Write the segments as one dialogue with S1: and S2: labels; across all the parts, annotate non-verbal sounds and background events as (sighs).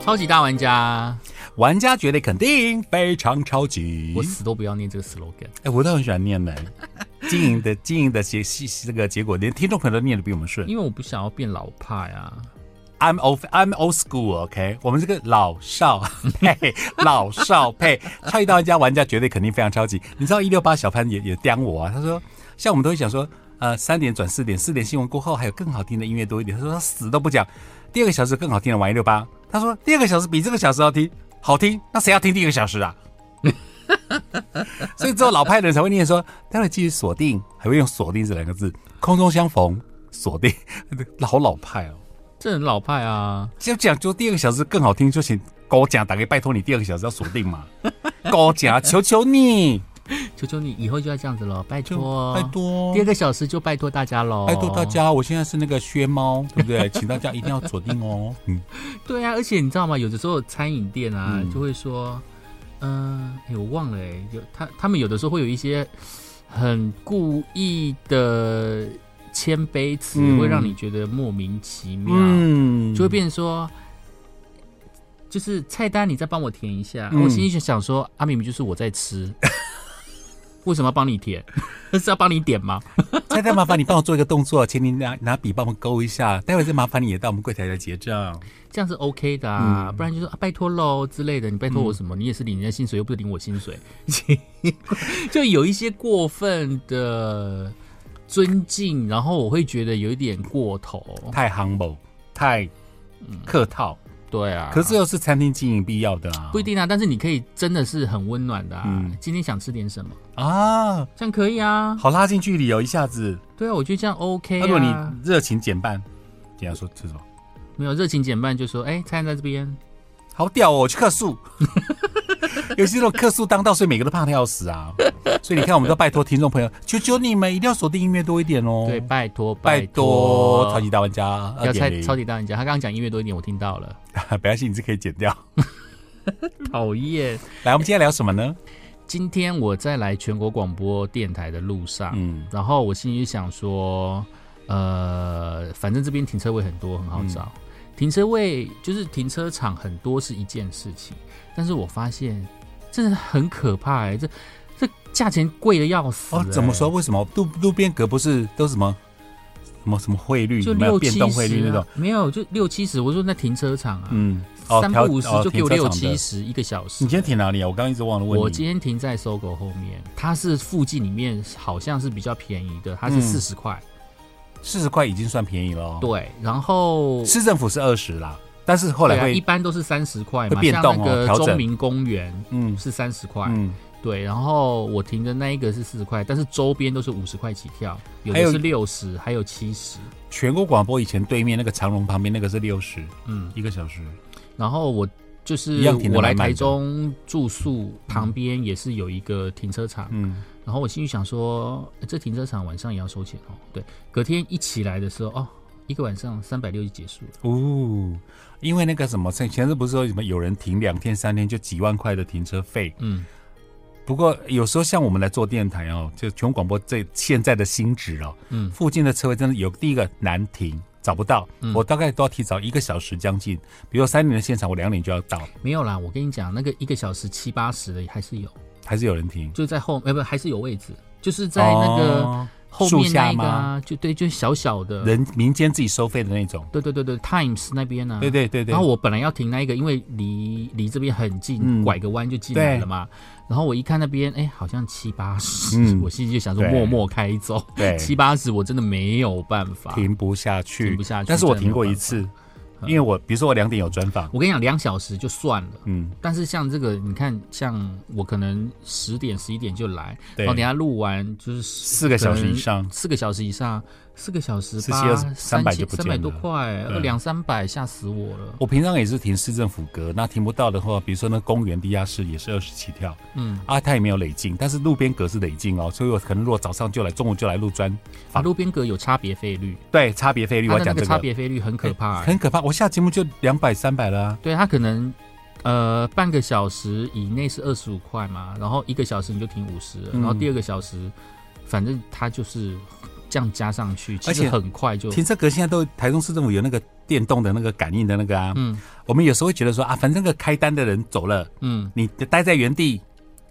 S1: 超级大玩家，
S2: 玩家觉得肯定非常超级。
S1: 我死都不要念这个 slogan。
S2: 哎，我倒很喜欢 (laughs) 念呢。经营的经营的结这个结果，连听众朋友都念的比我们顺。
S1: 因为我不想要变老派啊。
S2: I'm old I'm old school，OK，、我们这个老少 (laughs) 配老少配，超级大玩家玩家绝对肯定非常超级。你知道一六八小潘也也刁我啊，他说像我们都会想说，呃，三点转四点，四点新闻过后还有更好听的音乐多一点。他说他死都不讲，第二个小时更好听的玩一六八，他说第二个小时比这个小时要听好听，那谁要听第一个小时啊？ (laughs) 所以只有老派的人才会念说，待会继续锁定，还会用锁定这两个字，空中相逢锁定， (laughs) 好老派哦。
S1: 这很老派啊！
S2: 就讲究第二个小时更好听，就请高讲，打给拜托你第二个小时要锁定嘛，
S1: (laughs)
S2: 高讲，求求你，
S1: 求求你以后就要这样子了，拜托，
S2: 拜。托
S1: 第二，个哦小时就拜托大家喽，
S2: 拜托大。家，我现在是那个薛猫，对不对？请大家一定要锁定哦。嗯，
S1: 对啊，而且你知道吗？有的时候餐饮店啊，就会说，嗯、哎我忘了哎、有他他们有的时候会有一些很故意的谦卑词，
S2: 嗯
S1: 会让你觉得莫名其妙，
S2: 嗯
S1: 就会变成说。就是菜单，你再帮我填一下。
S2: 嗯
S1: 我心里就想说，啊，明明就是我在吃，为什么要帮你填？ (laughs) 是要帮你点吗？
S2: 菜单，麻烦你帮我做一个动作，请你拿拿笔帮我勾一下，待会再麻烦你也到我们柜台来结账。
S1: 这样是 OK 的啊，
S2: 嗯
S1: 不然就说、啊、拜托喽之类的，你拜托我什么？你也是领人家薪水，又不是领我薪水， (laughs) 就有一些过分的尊敬，然后我会觉得有一点过头。
S2: 太 humble，太客套，
S1: 对啊，
S2: 可是又是餐厅经营必要的啊。
S1: 不一定啊，但是你可以真的是很温暖的、啊。
S2: 嗯
S1: 今天想吃点什么，
S2: 啊，
S1: 这样可以啊。
S2: 好拉近距离哦，一下子。
S1: 对啊，我觉得这样 OK
S2: 那
S1: 啊。
S2: 如果你热情减半，等一下说吃什么？
S1: 没有热情减半，就说哎，菜单在这边。
S2: 好屌哦！我去客
S1: (laughs)
S2: 诉，尤其是那种客诉当道，所以每个都怕的要死啊。所以你看，我们都拜托听众朋友，求求你们一定要锁定音乐多一点哦。
S1: 对，，拜托
S2: 拜
S1: 托
S2: 托，超级大玩家
S1: 要
S2: 二点
S1: 菜
S2: 零，
S1: 超级大玩家，他刚刚讲音乐多一点，我听到了，
S2: (laughs) 不要信，你是可以剪掉。嗯
S1: 讨厌。
S2: 来，我们今天聊什么呢？
S1: 今天我在来全国广播电台的路上，
S2: 嗯
S1: 然后我心里就想说，呃，反正这边停车位很多，很好找。
S2: 嗯
S1: 停车位就是停车场很多是一件事情，但是我发现真的很可怕哎、这这价钱贵的要死、
S2: 哦，
S1: 哎
S2: 怎么说？？为什么路路边格不是都是什么什么什么汇率？
S1: 就
S2: 有没有
S1: 六
S2: 变
S1: 七
S2: 动汇率
S1: 十、
S2: 那
S1: 啊
S2: 种？，
S1: 没有，就六七十。我说那停车场啊，
S2: 嗯，哦
S1: 三不五十就给我六。
S2: 停车场
S1: 七
S2: 的
S1: 十一个小时。
S2: 你今天停哪里啊？我刚刚一直忘了问你。
S1: 我今天停在搜狗后面，它是附近里面好像是比较便宜的，它是
S2: 嗯
S1: 四十块。
S2: 四十块已经算便宜了哦。
S1: 对，然后
S2: 市政府是二十啦，但是后来
S1: 对啊
S2: 会
S1: 一般都是三十块
S2: 会
S1: 嘛，
S2: 变动
S1: 像那
S2: 哦
S1: 个
S2: 调整
S1: 中明公园
S2: 嗯
S1: 是三十块，
S2: 嗯。
S1: 对，然后我停的那一个是四十块，但是周边都是五十块起跳，有
S2: 还
S1: 的
S2: 有
S1: 是六十，还有七十。
S2: 全国广播以前对面那个长隆旁边那个是六十
S1: 嗯，
S2: 一个小时，
S1: 然后我就是
S2: 一样停得
S1: 我来
S2: 慢慢
S1: 台
S2: 的
S1: 中住宿旁边也是有一个停车场，
S2: 嗯，
S1: 然后我心里想说，呃这停车场晚上也要收钱哦。对，隔天一起来的时候，哦，一个晚上三百六就结束了。
S2: 哦，因为那个什么，前前阵不是说什么有人停两天三天就几万块的停车费，
S1: 嗯，
S2: 不过有时候像我们来做电台哦，就全国广播这现在的新址哦，
S1: 嗯
S2: 附近的车位真的有第一个难停。找不到，我大概都要提早一个小时将近。比如说三点的现场，我两点就要到，
S1: 没有啦，我跟你讲，那个一个小时七八十的还是有，
S2: 还是有人停。
S1: 就在后，呃，不，还是有位置，就是在那个
S2: 哦
S1: 后
S2: 树
S1: 面那
S2: 下
S1: 一个
S2: 吗？
S1: 啊，就对，就小小的，
S2: 人民间自己收费的那种。
S1: 对对对对，Times 那边呢、啊，
S2: 对对对对。
S1: 然后我本来要停那一个，因为离离这边很近，
S2: 嗯
S1: 拐个弯就进来了嘛。然后我一看那边，哎，好像七八十，(laughs)
S2: 嗯
S1: 我心里就想说
S2: 对
S1: 默默开走。
S2: 对
S1: 七八十我真的没有办法。
S2: 停不下去，
S1: 啊停不下去
S2: 但是我停过一次，
S1: 法嗯
S2: 因为我比如说我两点有专访，
S1: 我跟你讲，两小时就算了。
S2: 嗯，
S1: 但是像这个，你看，像我可能十点、十一点就来，
S2: 对
S1: 然后等一下录完就是四
S2: 个小时以上
S1: 四个小时以上，四个小时
S2: 四七
S1: 八
S2: 二三百就不
S1: 三
S2: 见
S1: 百
S2: 了
S1: 多块，
S2: 对
S1: 二两三百，吓死我了。
S2: 我平常也是停市政府格，那停不到的话，比如说那公园地下室也是二十起跳，
S1: 嗯，
S2: 啊，它也没有累进，但是路边格是累进哦，所以我可能如果早上就来，中午就来路专，
S1: 啊，路边格有差别费率，
S2: 对，差别费率
S1: 它
S2: 我
S1: 的那
S2: 讲
S1: 个
S2: 这
S1: 差
S2: 个
S1: 别费率很可怕、
S2: (laughs)
S1: 欸
S2: 很可怕，我下节目就两百三百了啊，
S1: 对他可能呃半个小时以内是二十五块嘛，然后一个小时你就停五十、然
S2: 嗯
S1: 后第二个小时反正他就是这样加上去，其
S2: 而
S1: 实
S2: 且
S1: 很快就
S2: 停车格现在都台中市政府有那个电动的那个感应的那个啊，嗯，我们有时候会觉得说啊，反正那个开单的人走了，
S1: 嗯，
S2: 你待在原地，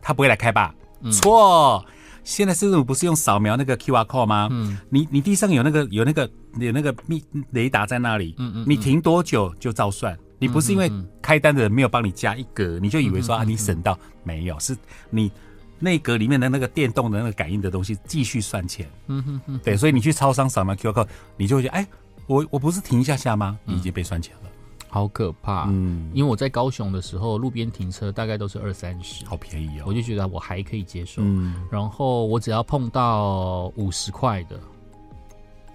S2: 他不会来开吧？错、现在市政府不是用扫描那个 QR code 吗？嗯，你你地上有那个有那个有那个密雷达在那里，嗯嗯，你停多久就照算。你不是因为开单的人没有帮你加一格，你就以为说啊你省到没有，是你那格里面的那个电动的那个感应的东西继续算钱。嗯哼哼，对，所以你去超商扫描 QR code，你就会觉得哎，我我不是停一下下吗？你已经被算钱了，
S1: 好可怕。
S2: 嗯，
S1: 因为我在高雄的时候，路边停车大概都是二三十，
S2: 好便宜
S1: 我
S2: 哦。
S1: 就觉得我还可以接受。
S2: 嗯，
S1: 然后我只要碰到五十块的，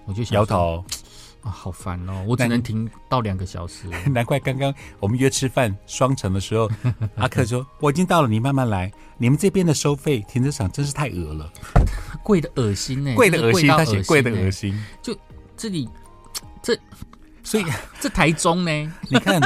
S1: 我就想
S2: 摇
S1: 说
S2: 头。
S1: 啊，好烦哦！我
S2: 那
S1: 只
S2: 你
S1: 能停到两个小时。
S2: 难怪刚刚我们约吃饭双城的时候，阿克说我已经到了，你慢慢来。你们这边的收费停车场真是太恶了，
S1: 贵的恶心呢、
S2: (laughs) 贵的恶
S1: 真
S2: 心，
S1: 到
S2: 他写贵的
S1: 欸
S2: 恶心。
S1: 这里
S2: 所以
S1: 这台中呢，
S2: 你看，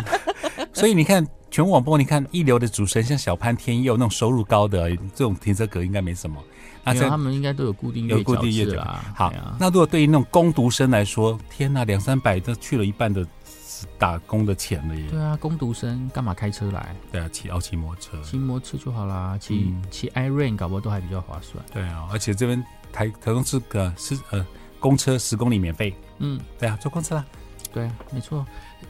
S2: 所以你看全网播，你看一流的主持人像小潘天佑那种收入高的，这种停车格应该没什么。啊
S1: 没有他们应该都有固定
S2: 有
S1: 月
S2: 固定月
S1: 缴制
S2: 缴
S1: 啦。
S2: 好
S1: 对啊，
S2: 那如果对于那种工读生来说，天呐，两三百都去了一半的打工的钱了耶。
S1: 对啊，工读生干嘛开车来？
S2: 对啊，骑要骑摩托车。
S1: 骑摩托车就好啦，骑
S2: 嗯
S1: 骑 Iron 搞不好都还比较划算。
S2: 对啊，而且这边台台中是个是呃公车十公里免费。
S1: 嗯，
S2: 对啊，坐公车啦。
S1: 对，啊没错。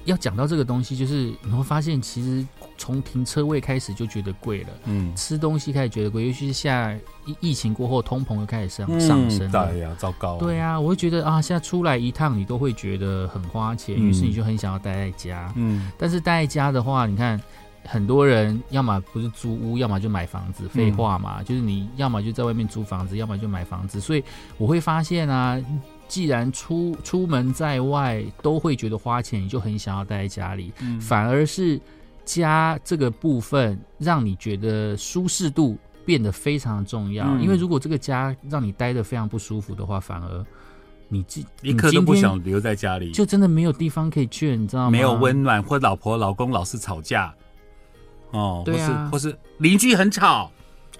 S1: 要讲到这个东西，就是你会发现，其实从停车位开始就觉得贵了，
S2: 嗯，
S1: 吃东西开始觉得贵，尤其是下疫疫情过后，通膨又开始上上升了。
S2: 嗯对呀，糟糕。
S1: 对，啊，我会觉得啊，现在出来一趟你都会觉得很花钱，
S2: 嗯
S1: 于是你就很想要待在家。
S2: 嗯，
S1: 但是待在家的话，你看很多人要么不是租屋，要么就买房子，废话嘛，
S2: 嗯
S1: 就是你要么就在外面租房子，要么就买房子。所以我会发现啊，既然出出门在外都会觉得花钱，你就很想要待在家里，
S2: 嗯
S1: 反而是家这个部分让你觉得舒适度。变得非常重要，
S2: 嗯
S1: 因为如果这个家让你待得非常不舒服的话，反而你今
S2: 一刻都
S1: 你今
S2: 不
S1: 天
S2: 想留在家里，
S1: 就真的没有地方可以去，你知道吗？
S2: 没有温暖，或老婆老公老是吵架，哦，
S1: 对啊
S2: 或是或是邻居很吵，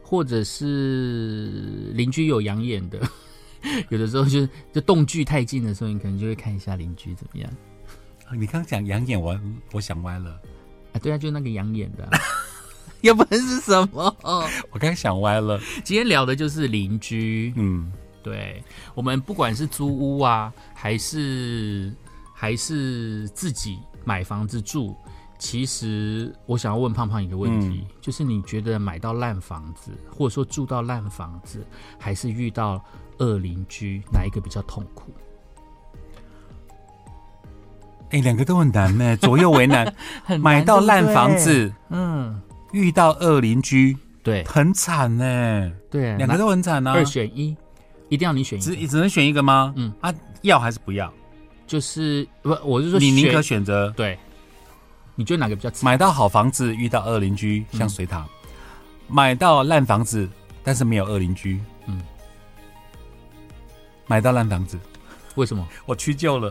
S1: 或者是邻居有养眼的， (laughs) 有的时候就是就动距太近的时候，你可能就会看一下邻居怎么样
S2: 你刚刚讲养眼，我我想歪了，
S1: 啊？对啊，就那个养眼 (laughs) 的啊、也不能是什么。
S2: 我刚刚想歪了，
S1: (laughs) 今天聊的就是邻居，
S2: 嗯，
S1: 对我们不管是租屋啊，还是还是自己买房子住，其实我想要问胖胖一个问题，
S2: 嗯
S1: 就是你觉得买到烂房子，或者说住到烂房子，还是遇到恶邻居，哪一个比较痛苦？
S2: 哎，两个都很难 (laughs) 呢，左右为难，
S1: 很
S2: 买到烂房，子，
S1: 嗯，
S2: 遇到恶邻居，
S1: 对
S2: 很惨呢，
S1: 对，
S2: 两个都很惨
S1: 那
S2: 啊，
S1: 二选一，一定要你选一
S2: 只
S1: 个，
S2: 只能选一个吗？
S1: 嗯
S2: 啊，要还是不要？
S1: 就是不，我是说
S2: 你宁可选择
S1: 对，你觉得哪个比较惨？
S2: 买到好房子，遇到恶邻居，
S1: 嗯
S2: 像水塔；买到烂房子，但是没有恶邻居。嗯
S1: 嗯，
S2: 买到烂房子，
S1: 为什么？
S2: 我屈就了，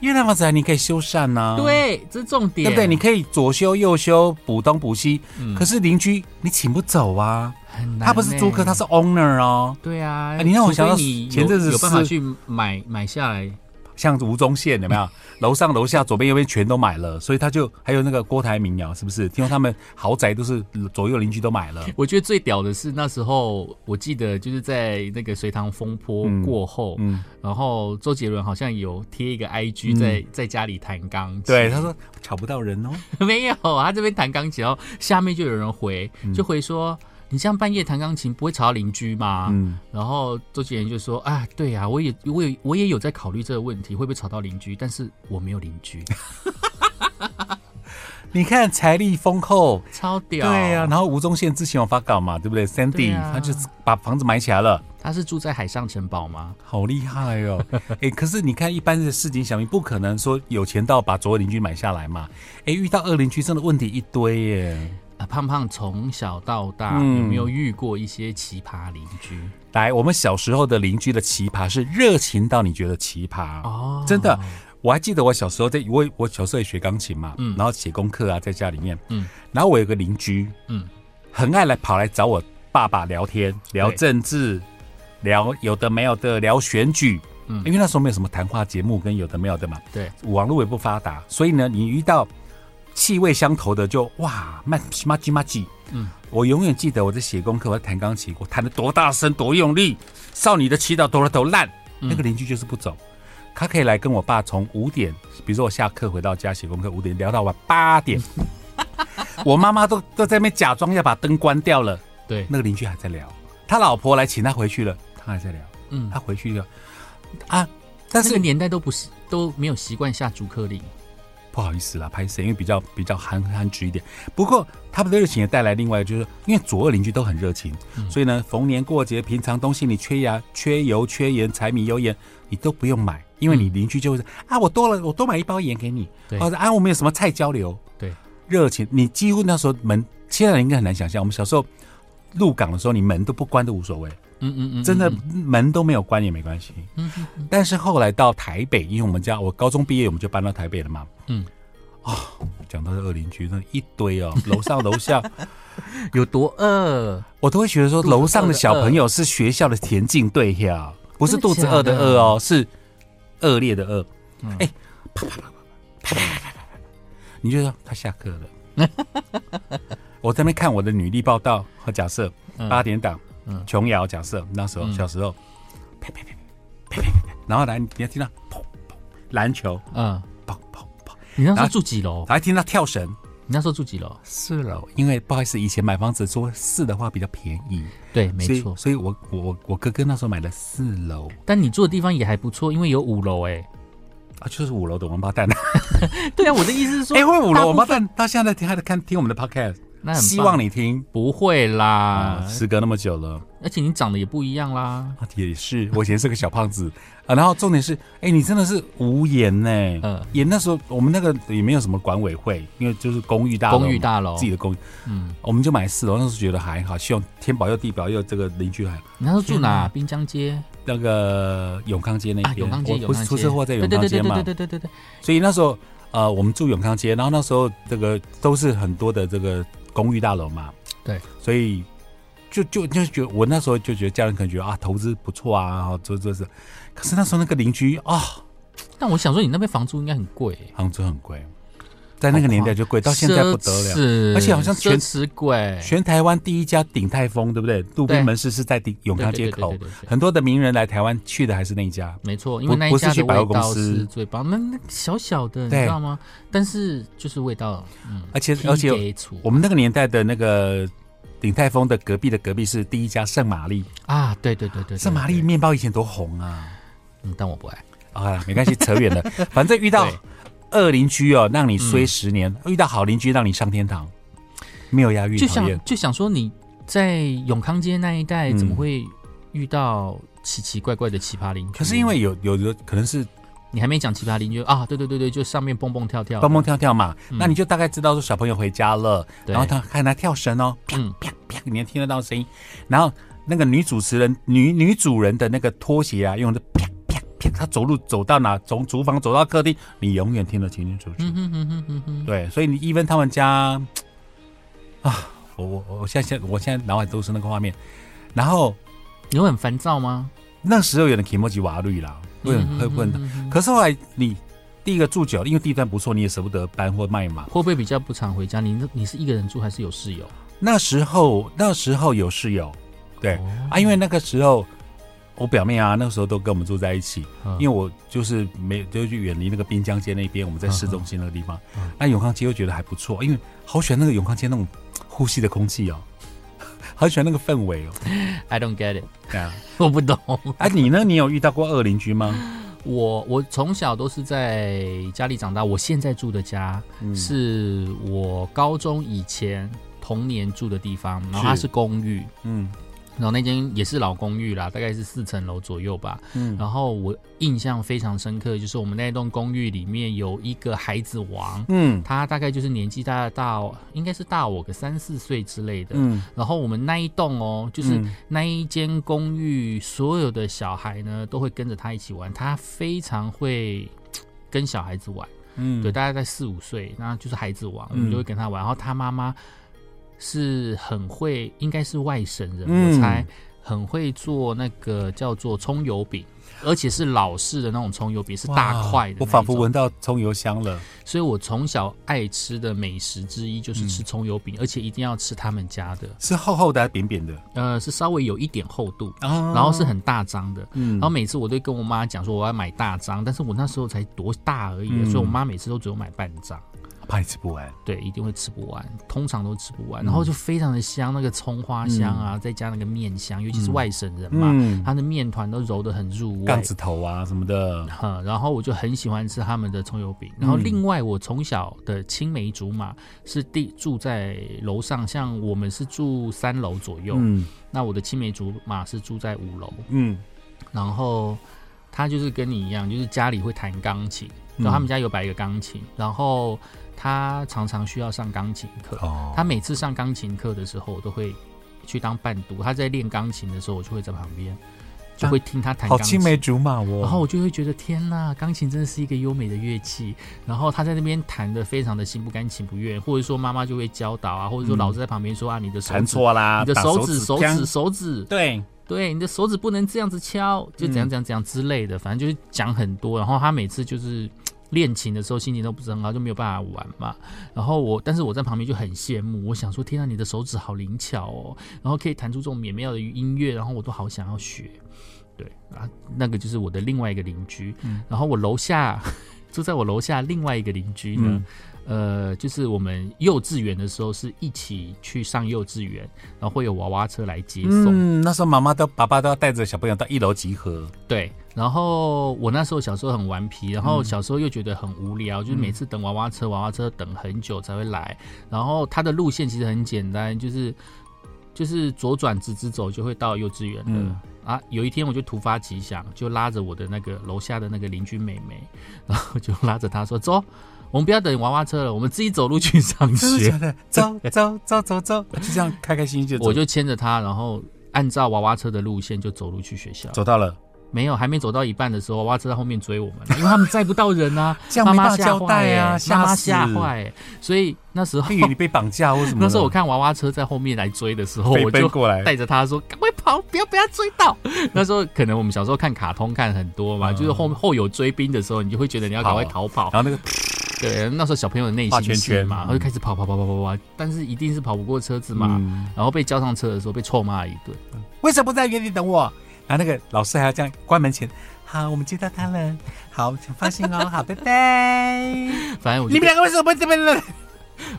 S2: 因为烂房子你可以修缮呐、，
S1: 对，这是重点，
S2: 嗯对不对？你可以左修右修，补东补西。
S1: 嗯
S2: 可是邻居你请不走啊，
S1: 很难
S2: 他不是租客，
S1: 呢
S2: 他是 owner 哦，
S1: 对啊，
S2: 哎你让我想到
S1: 除非你有
S2: 前阵子
S1: 有办法
S2: 是
S1: 去买买下来，
S2: 像吴宗宪有没
S1: (laughs)
S2: 有？楼上楼下左边右边全都买了，所以他就还有那个郭台铭啊，是不是？听说他们豪宅都是左右邻居都买了。
S1: 我觉得最屌的 (laughs) 是那时候，我记得就是在那个隋唐风波
S2: 嗯
S1: 过后，
S2: 嗯，
S1: 然后周杰伦好像有贴一个 IG
S2: 嗯
S1: 在、在家里弹钢琴，
S2: 对，他说吵不到人哦。
S1: (laughs) 没有，他这边弹钢琴，然后下面就有人回，
S2: 嗯
S1: 就回说。你这样半夜弹钢琴不会吵到邻居吗？
S2: 嗯
S1: 然后周杰伦就说：“啊，对呀、啊，我也我也我也有在考虑这个问题，会不会吵到邻居？但是我没有邻居，
S2: 你看财力丰厚，
S1: 超屌。
S2: (laughs) 对啊呀、然后吴宗宪之前有发稿嘛，对不对
S1: 啊对
S2: ？Sandy
S1: 啊
S2: 他就是把房子买起来了，
S1: 他是住在海上城堡吗？
S2: 好厉害哦！
S1: (laughs)
S2: 哎，可是你看一般的市井小民不可能说有钱到把左右邻居买下来嘛。哎，遇到恶邻居真的问题一堆耶。
S1: 啊，胖胖从小到大、
S2: 嗯
S1: 有没有遇过一些奇葩邻居？
S2: 来，我们小时候的邻居的奇葩是热情到你觉得奇葩
S1: 哦
S2: 真的。我还记得我小时候在，我我小时候也学钢琴嘛，然后写功课啊，在家里面，
S1: 嗯
S2: 然后我有个邻居，
S1: 嗯
S2: 很爱来跑来找我爸爸聊天，聊政治，聊有的没有的，聊选举，
S1: 嗯
S2: 因为那时候没有什么谈话节目跟有的没有的嘛，
S1: 对，
S2: 网络也不发达，所以呢，你遇到气味相投的就哇，慢嘛唧嘛唧。
S1: 嗯，
S2: 我永远记得我在写功课，我在弹钢琴，我弹的多大声多用力，少女的祈祷多了头烂，
S1: 嗯
S2: 那个邻居就是不走。他可以来跟我爸从五点，比如说我下课回到家写功课，五点聊到晚八
S1: (laughs)
S2: 点，我妈妈都都在那边假装要把灯关掉了，
S1: 对，
S2: 那个邻居还在聊，他老婆来请他回去了，他还在聊，
S1: 嗯，
S2: 他回去了啊，
S1: 那
S2: 但是
S1: 个年代都不是都没有习惯下逐客令，
S2: 不好意思啦，拍摄，因为比较比较含含蓄一点。不过他们的热情也带来另外一个，就是因为左右邻居都很热情，
S1: 嗯
S2: 所以呢，逢年过节、平常东西你缺牙、缺油、缺盐、柴米油盐，你都不用买，因为你邻居就会说、啊，我多了，我多买一包盐给你，
S1: 嗯对
S2: 或者啊，我们有什么菜交流，
S1: 对，
S2: 热情。你几乎那时候门，现在应该很难想象，我们小时候入港的时候，你门都不关都无所谓，
S1: 嗯嗯嗯，
S2: 真的门都没有关也没关系。
S1: 嗯，嗯
S2: (laughs)
S1: 嗯
S2: 但是后来到台北，因为我们家我高中毕业我们就搬到台北了嘛。
S1: 嗯，
S2: 哦，讲到这恶邻居，那一堆哦，楼上楼下，
S1: 嗯有多饿？
S2: 我都会觉得说，
S1: 肚子饿的
S2: 楼上的小朋友是学校的田径队呀，不是肚子饿的
S1: 真的假
S2: 饿
S1: 的
S2: 哦，是恶劣的饿
S1: 嗯。
S2: 哎、啪啪啪啪啪啪啪啪啪啪啪，你就说他下课了。我在那边看我的女力报道和假设
S1: 嗯
S2: 八点档
S1: 嗯，
S2: 琼瑶假设那时候
S1: 嗯
S2: 小时候，啪啪啪啪啪啪啪，然后来你要听到砰砰篮球
S1: 嗯，
S2: 砰砰砰，
S1: 你那时
S2: 然
S1: 候
S2: 后啊
S1: 住几楼？
S2: 还听到跳绳
S1: 你那时候住几楼？
S2: 四楼，因为不好意思，以前买房子说四的话比较便宜，
S1: 对，没
S2: 所以
S1: 错。
S2: 所以我我我我哥哥那时候买了四楼
S1: 但你住的地方也还不错，因为有五楼哎、
S2: 啊，就是五楼的王八蛋，
S1: (laughs) 对啊，我的意思是说，
S2: 哎，会五
S1: 大
S2: 楼
S1: 部
S2: 王八蛋到现在听还在看听我们的 podcast，
S1: 那很棒
S2: 希望你听
S1: 不会啦、
S2: 啊，时隔那么久了。
S1: 而且你长得也不一样啦。
S2: 啊，也是，我以前是个小胖子啊。然后重点是，哎、你真的是无言呢、
S1: 嗯
S2: 也那时候我们那个也没有什么管委会，因为就是公寓大楼嘛，
S1: 公寓大楼
S2: 自己的公寓，
S1: 嗯，
S2: 我们就买四楼。那时候觉得还好，希望天保佑地保佑这个邻居还
S1: 你那时候住
S2: 天哪
S1: 哪？滨江街
S2: 那个永康街那
S1: 啊，
S2: 边，
S1: 永康街，
S2: 我
S1: 永
S2: 不
S1: 康街。
S2: 是出车祸在永
S1: 对
S2: 康
S1: 对
S2: 街
S1: 对
S2: 嘛，
S1: 对对对对对
S2: 所以那时候呃，我们住永康街，然后那时候这个都是很多的这个公寓大楼嘛，
S1: 对，
S2: 所以就就就觉得我那时候就觉得家人可能觉得啊，投资不错啊，然后这这是，可是那时候那个邻居啊，
S1: 对。但我想说，你那边房租应该很贵、欸，
S2: 杭州很贵，在那个年代就
S1: 哦
S2: 贵，到现在不得
S1: 奢
S2: 了。
S1: 侈
S2: 而且好像全
S1: 奢侈贵，
S2: 全台湾第一家鼎泰丰，对不对？路
S1: 对
S2: 边门市是在鼎永
S1: 对
S2: 康
S1: 对
S2: 街
S1: 对对
S2: 口
S1: 对，对对
S2: 很多的名人来台湾去的还是那一家。
S1: 没错，因
S2: 不
S1: 为那一
S2: 不是
S1: 家
S2: 去
S1: 的
S2: 百货
S1: 味
S2: 公
S1: 道
S2: 司
S1: 是最棒，那那小小的，你
S2: 对
S1: 知道吗？但是就是味道，嗯，
S2: 而且而且
S1: 给出
S2: 我们那个年代的那个鼎泰丰的隔壁的隔壁是第一家圣玛丽，
S1: 啊，对对对对，对
S2: 圣玛丽，面包以前多红啊！
S1: 对嗯，但我不爱，
S2: 啊，没关系，扯
S1: (laughs)
S2: 远了。反正遇到
S1: 对嗯
S2: 恶邻居哦，让你衰十年；遇到好邻居，让你上天堂。没有押韵，
S1: 就
S2: 讨厌
S1: 想。就想说你在永康街那一带
S2: 嗯
S1: 怎么会遇到奇奇怪怪的奇葩邻居？
S2: 可是因为有有的可能是
S1: 你还没讲奇葩邻居啊，对对对对，就上面蹦蹦跳跳，
S2: 蹦蹦，跳跳嘛，
S1: 嗯
S2: 那你就大概知道说小朋友回家了，
S1: 对
S2: 然后他看他跳绳哦，啪
S1: 嗯
S2: 啪啪，你能听得到声音。然后那个女主持人女女主人的那个拖鞋啊，用的啪啪啪，她走路走到哪，从厨房走到客厅，你永远听得清清楚楚。
S1: 嗯哼哼哼哼哼，
S2: 对，所以你 even 他们家啊，我我我现在现在我现在脑海都是那个画面，然后
S1: 你会很烦躁吗？
S2: 那时候有点 k i m o j i 瓦绿啦，会
S1: 嗯
S2: 很会会很，可是后来你第一个住久了，因为地段不错，你也舍不得搬或卖嘛。
S1: 会不会比较不常回家？你你是一个人住还是有室友？
S2: 那时候那时候有室友，对、
S1: 哦
S2: 啊，因为那个时候我表妹啊，那时候都跟我们住在一起，
S1: 嗯
S2: 因为我就是没就去远离那个滨江街那边，我们在市中心那个地方
S1: 嗯嗯。
S2: 那永康街又觉得还不错，因为好喜欢那个永康街那种呼吸的空气哦， (laughs) 好喜欢那个氛围哦。
S1: I don't get it， (laughs)
S2: 对啊，
S1: 我不懂。
S2: 哎，你呢？你有遇到过恶邻居吗？
S1: 我我从小都是在家里长大，我现在住的家、
S2: 嗯
S1: 是我高中以前童年住的地方，然后它
S2: 是
S1: 是公寓，
S2: 嗯
S1: 然后那间也是老公寓啦，大概是四层楼左右吧。
S2: 嗯，
S1: 然后我印象非常深刻，就是我们那栋公寓里面有一个孩子王，
S2: 嗯
S1: 他大概就是年纪大概大我，应该是大我个三四岁之类的。
S2: 嗯，
S1: 然后我们那一栋哦，啊就是
S2: 嗯
S1: 那一间公寓，所有的小孩呢都会跟着他一起玩，他非常会嘖跟小孩子玩，
S2: 嗯
S1: 对，大概在四五岁，那就是孩子王，我
S2: 嗯
S1: 们就会跟他玩。然后他妈妈是很会，应该是外省人，
S2: 嗯
S1: 我猜很会做那个叫做葱油饼，而且是老式的那种葱油饼，是大
S2: 嗯哇
S1: 块的那
S2: 我仿佛
S1: 种
S2: 闻到葱油香了。
S1: 所以我从小爱吃的美食之一
S2: 嗯
S1: 就是吃葱油饼，而且一定要吃他们家的，
S2: 是厚厚的还是扁扁的？
S1: 呃，是稍微有一点厚度，
S2: 啊
S1: 哦然后是很大张的。
S2: 嗯
S1: 然后每次我都跟我妈讲说我要买大张，但是我那时候才多大而已，
S2: 嗯
S1: 所以我妈每次都只有买半张，
S2: 怕你吃不完。
S1: 对，一定会吃不完，通常都吃不
S2: 嗯
S1: 完。然后就非常的香，那个葱花香啊，再加那个面香，尤其是外省人嘛，
S2: 嗯，
S1: 他的面团都揉得很入味
S2: 杠。子头啊什么的，
S1: 哈、嗯然后我就很喜欢吃他们的葱油饼。然后
S2: 嗯
S1: 另外，我从小的青梅竹马是地住在楼上，像我们是住三楼左右，
S2: 嗯
S1: 那我的青梅竹马是住在五楼，
S2: 嗯，
S1: 然后他就是跟你一样，就是家里会弹钢琴，
S2: 嗯
S1: 然后他们家有摆一个钢琴，然后他常常需要上钢琴课。
S2: 哦，
S1: 他每次上钢琴课的时候，我都会去当伴读。他在练钢琴的时候，我就会在旁边，就会听他弹
S2: 啊好
S1: 钢琴。
S2: 青梅竹马哦。
S1: 然后我就会觉得天呐，钢琴真的是一个优美的乐器。然后他在那边弹的非常的心不甘情不愿，或者说妈妈就会教导啊，或者说老师在旁边说啊，你的手
S2: 嗯弹
S1: 指，
S2: 错啦，
S1: 你的
S2: 打
S1: 手
S2: 手
S1: 指，手
S2: 枪
S1: 指，手指，
S2: 对，
S1: 对，你的手指不能这样子敲，就怎样
S2: 嗯
S1: 怎样怎样之类的，反正就是讲很多。然后他每次就是嘖练琴的时候心情都不是很好，就没有办法玩嘛。然后我，但是我在旁边就很羡慕，我想说，天啊，你的手指好灵巧哦，然后可以弹出这种美妙的音乐，然后我都好想要学。对啊，那个就是我的另外一个邻居，
S2: 嗯
S1: 然后我楼下住在我楼下另外一个邻居呢，
S2: 嗯
S1: 呃，就是我们幼稚园的时候是一起去上幼稚园，然后会有娃娃车来接送。
S2: 嗯，那时候妈妈都爸爸都要带着小朋友到一楼集合，
S1: 对，然后我那时候小时候很顽皮，然后小时候又觉得很无聊，就是每次等娃娃车，娃娃车等很久才会来。然后它的路线其实很简单，就是就是左转直直走就会到幼稚园了。
S2: 嗯
S1: 啊，有一天我就突发奇想，就拉着我的那个楼下的那个邻居妹妹，然后就拉着她说：“走，我们不要等娃娃车了，我们自己走路去上学。”
S2: 的？走
S1: (laughs)
S2: 走走走走，就这样开开心心就走
S1: 我就牵着她，然后按照娃娃车的路线就走路去学校。
S2: 走到了，
S1: 没有，还没走到一半的时候，娃娃车在后面追我们，因为他们载不到人啊，
S2: (laughs) 这样
S1: 妈
S2: 没办
S1: 妈
S2: 法
S1: 吓
S2: 交
S1: 坏
S2: 代
S1: 欸
S2: 啊，
S1: 妈妈
S2: 死
S1: 吓坏欸，所以那时候
S2: (laughs) 以为你被绑架或什
S1: (laughs)
S2: 么的。
S1: 那时候我看娃娃车在后面来追的时候，
S2: 飞
S1: 我
S2: 奔
S1: 就
S2: 过来，
S1: 带着他说：“赶快跑，不要被他追到。” (laughs) 那时候可能我们小时候看卡通看很多嘛，
S2: 嗯
S1: 就是后后有追兵的时候，你就会觉得你要赶快逃跑。
S2: 然后那个
S1: 对，那时候小朋友的内
S2: 画
S1: 心
S2: 圈
S1: 是啊
S2: 圈
S1: 嘛，然后就开始跑跑跑跑跑跑，但是一定是跑不过车子嘛。
S2: 嗯
S1: 然后被叫上车的时候被臭骂了一顿，
S2: 为什么不在原地等我？然后那个老师还要这样关门前，好，我们接到他了，好，请放心哦，好，
S1: (laughs)
S2: 拜拜。
S1: 反正我就
S2: 你们两个为什么不这边了？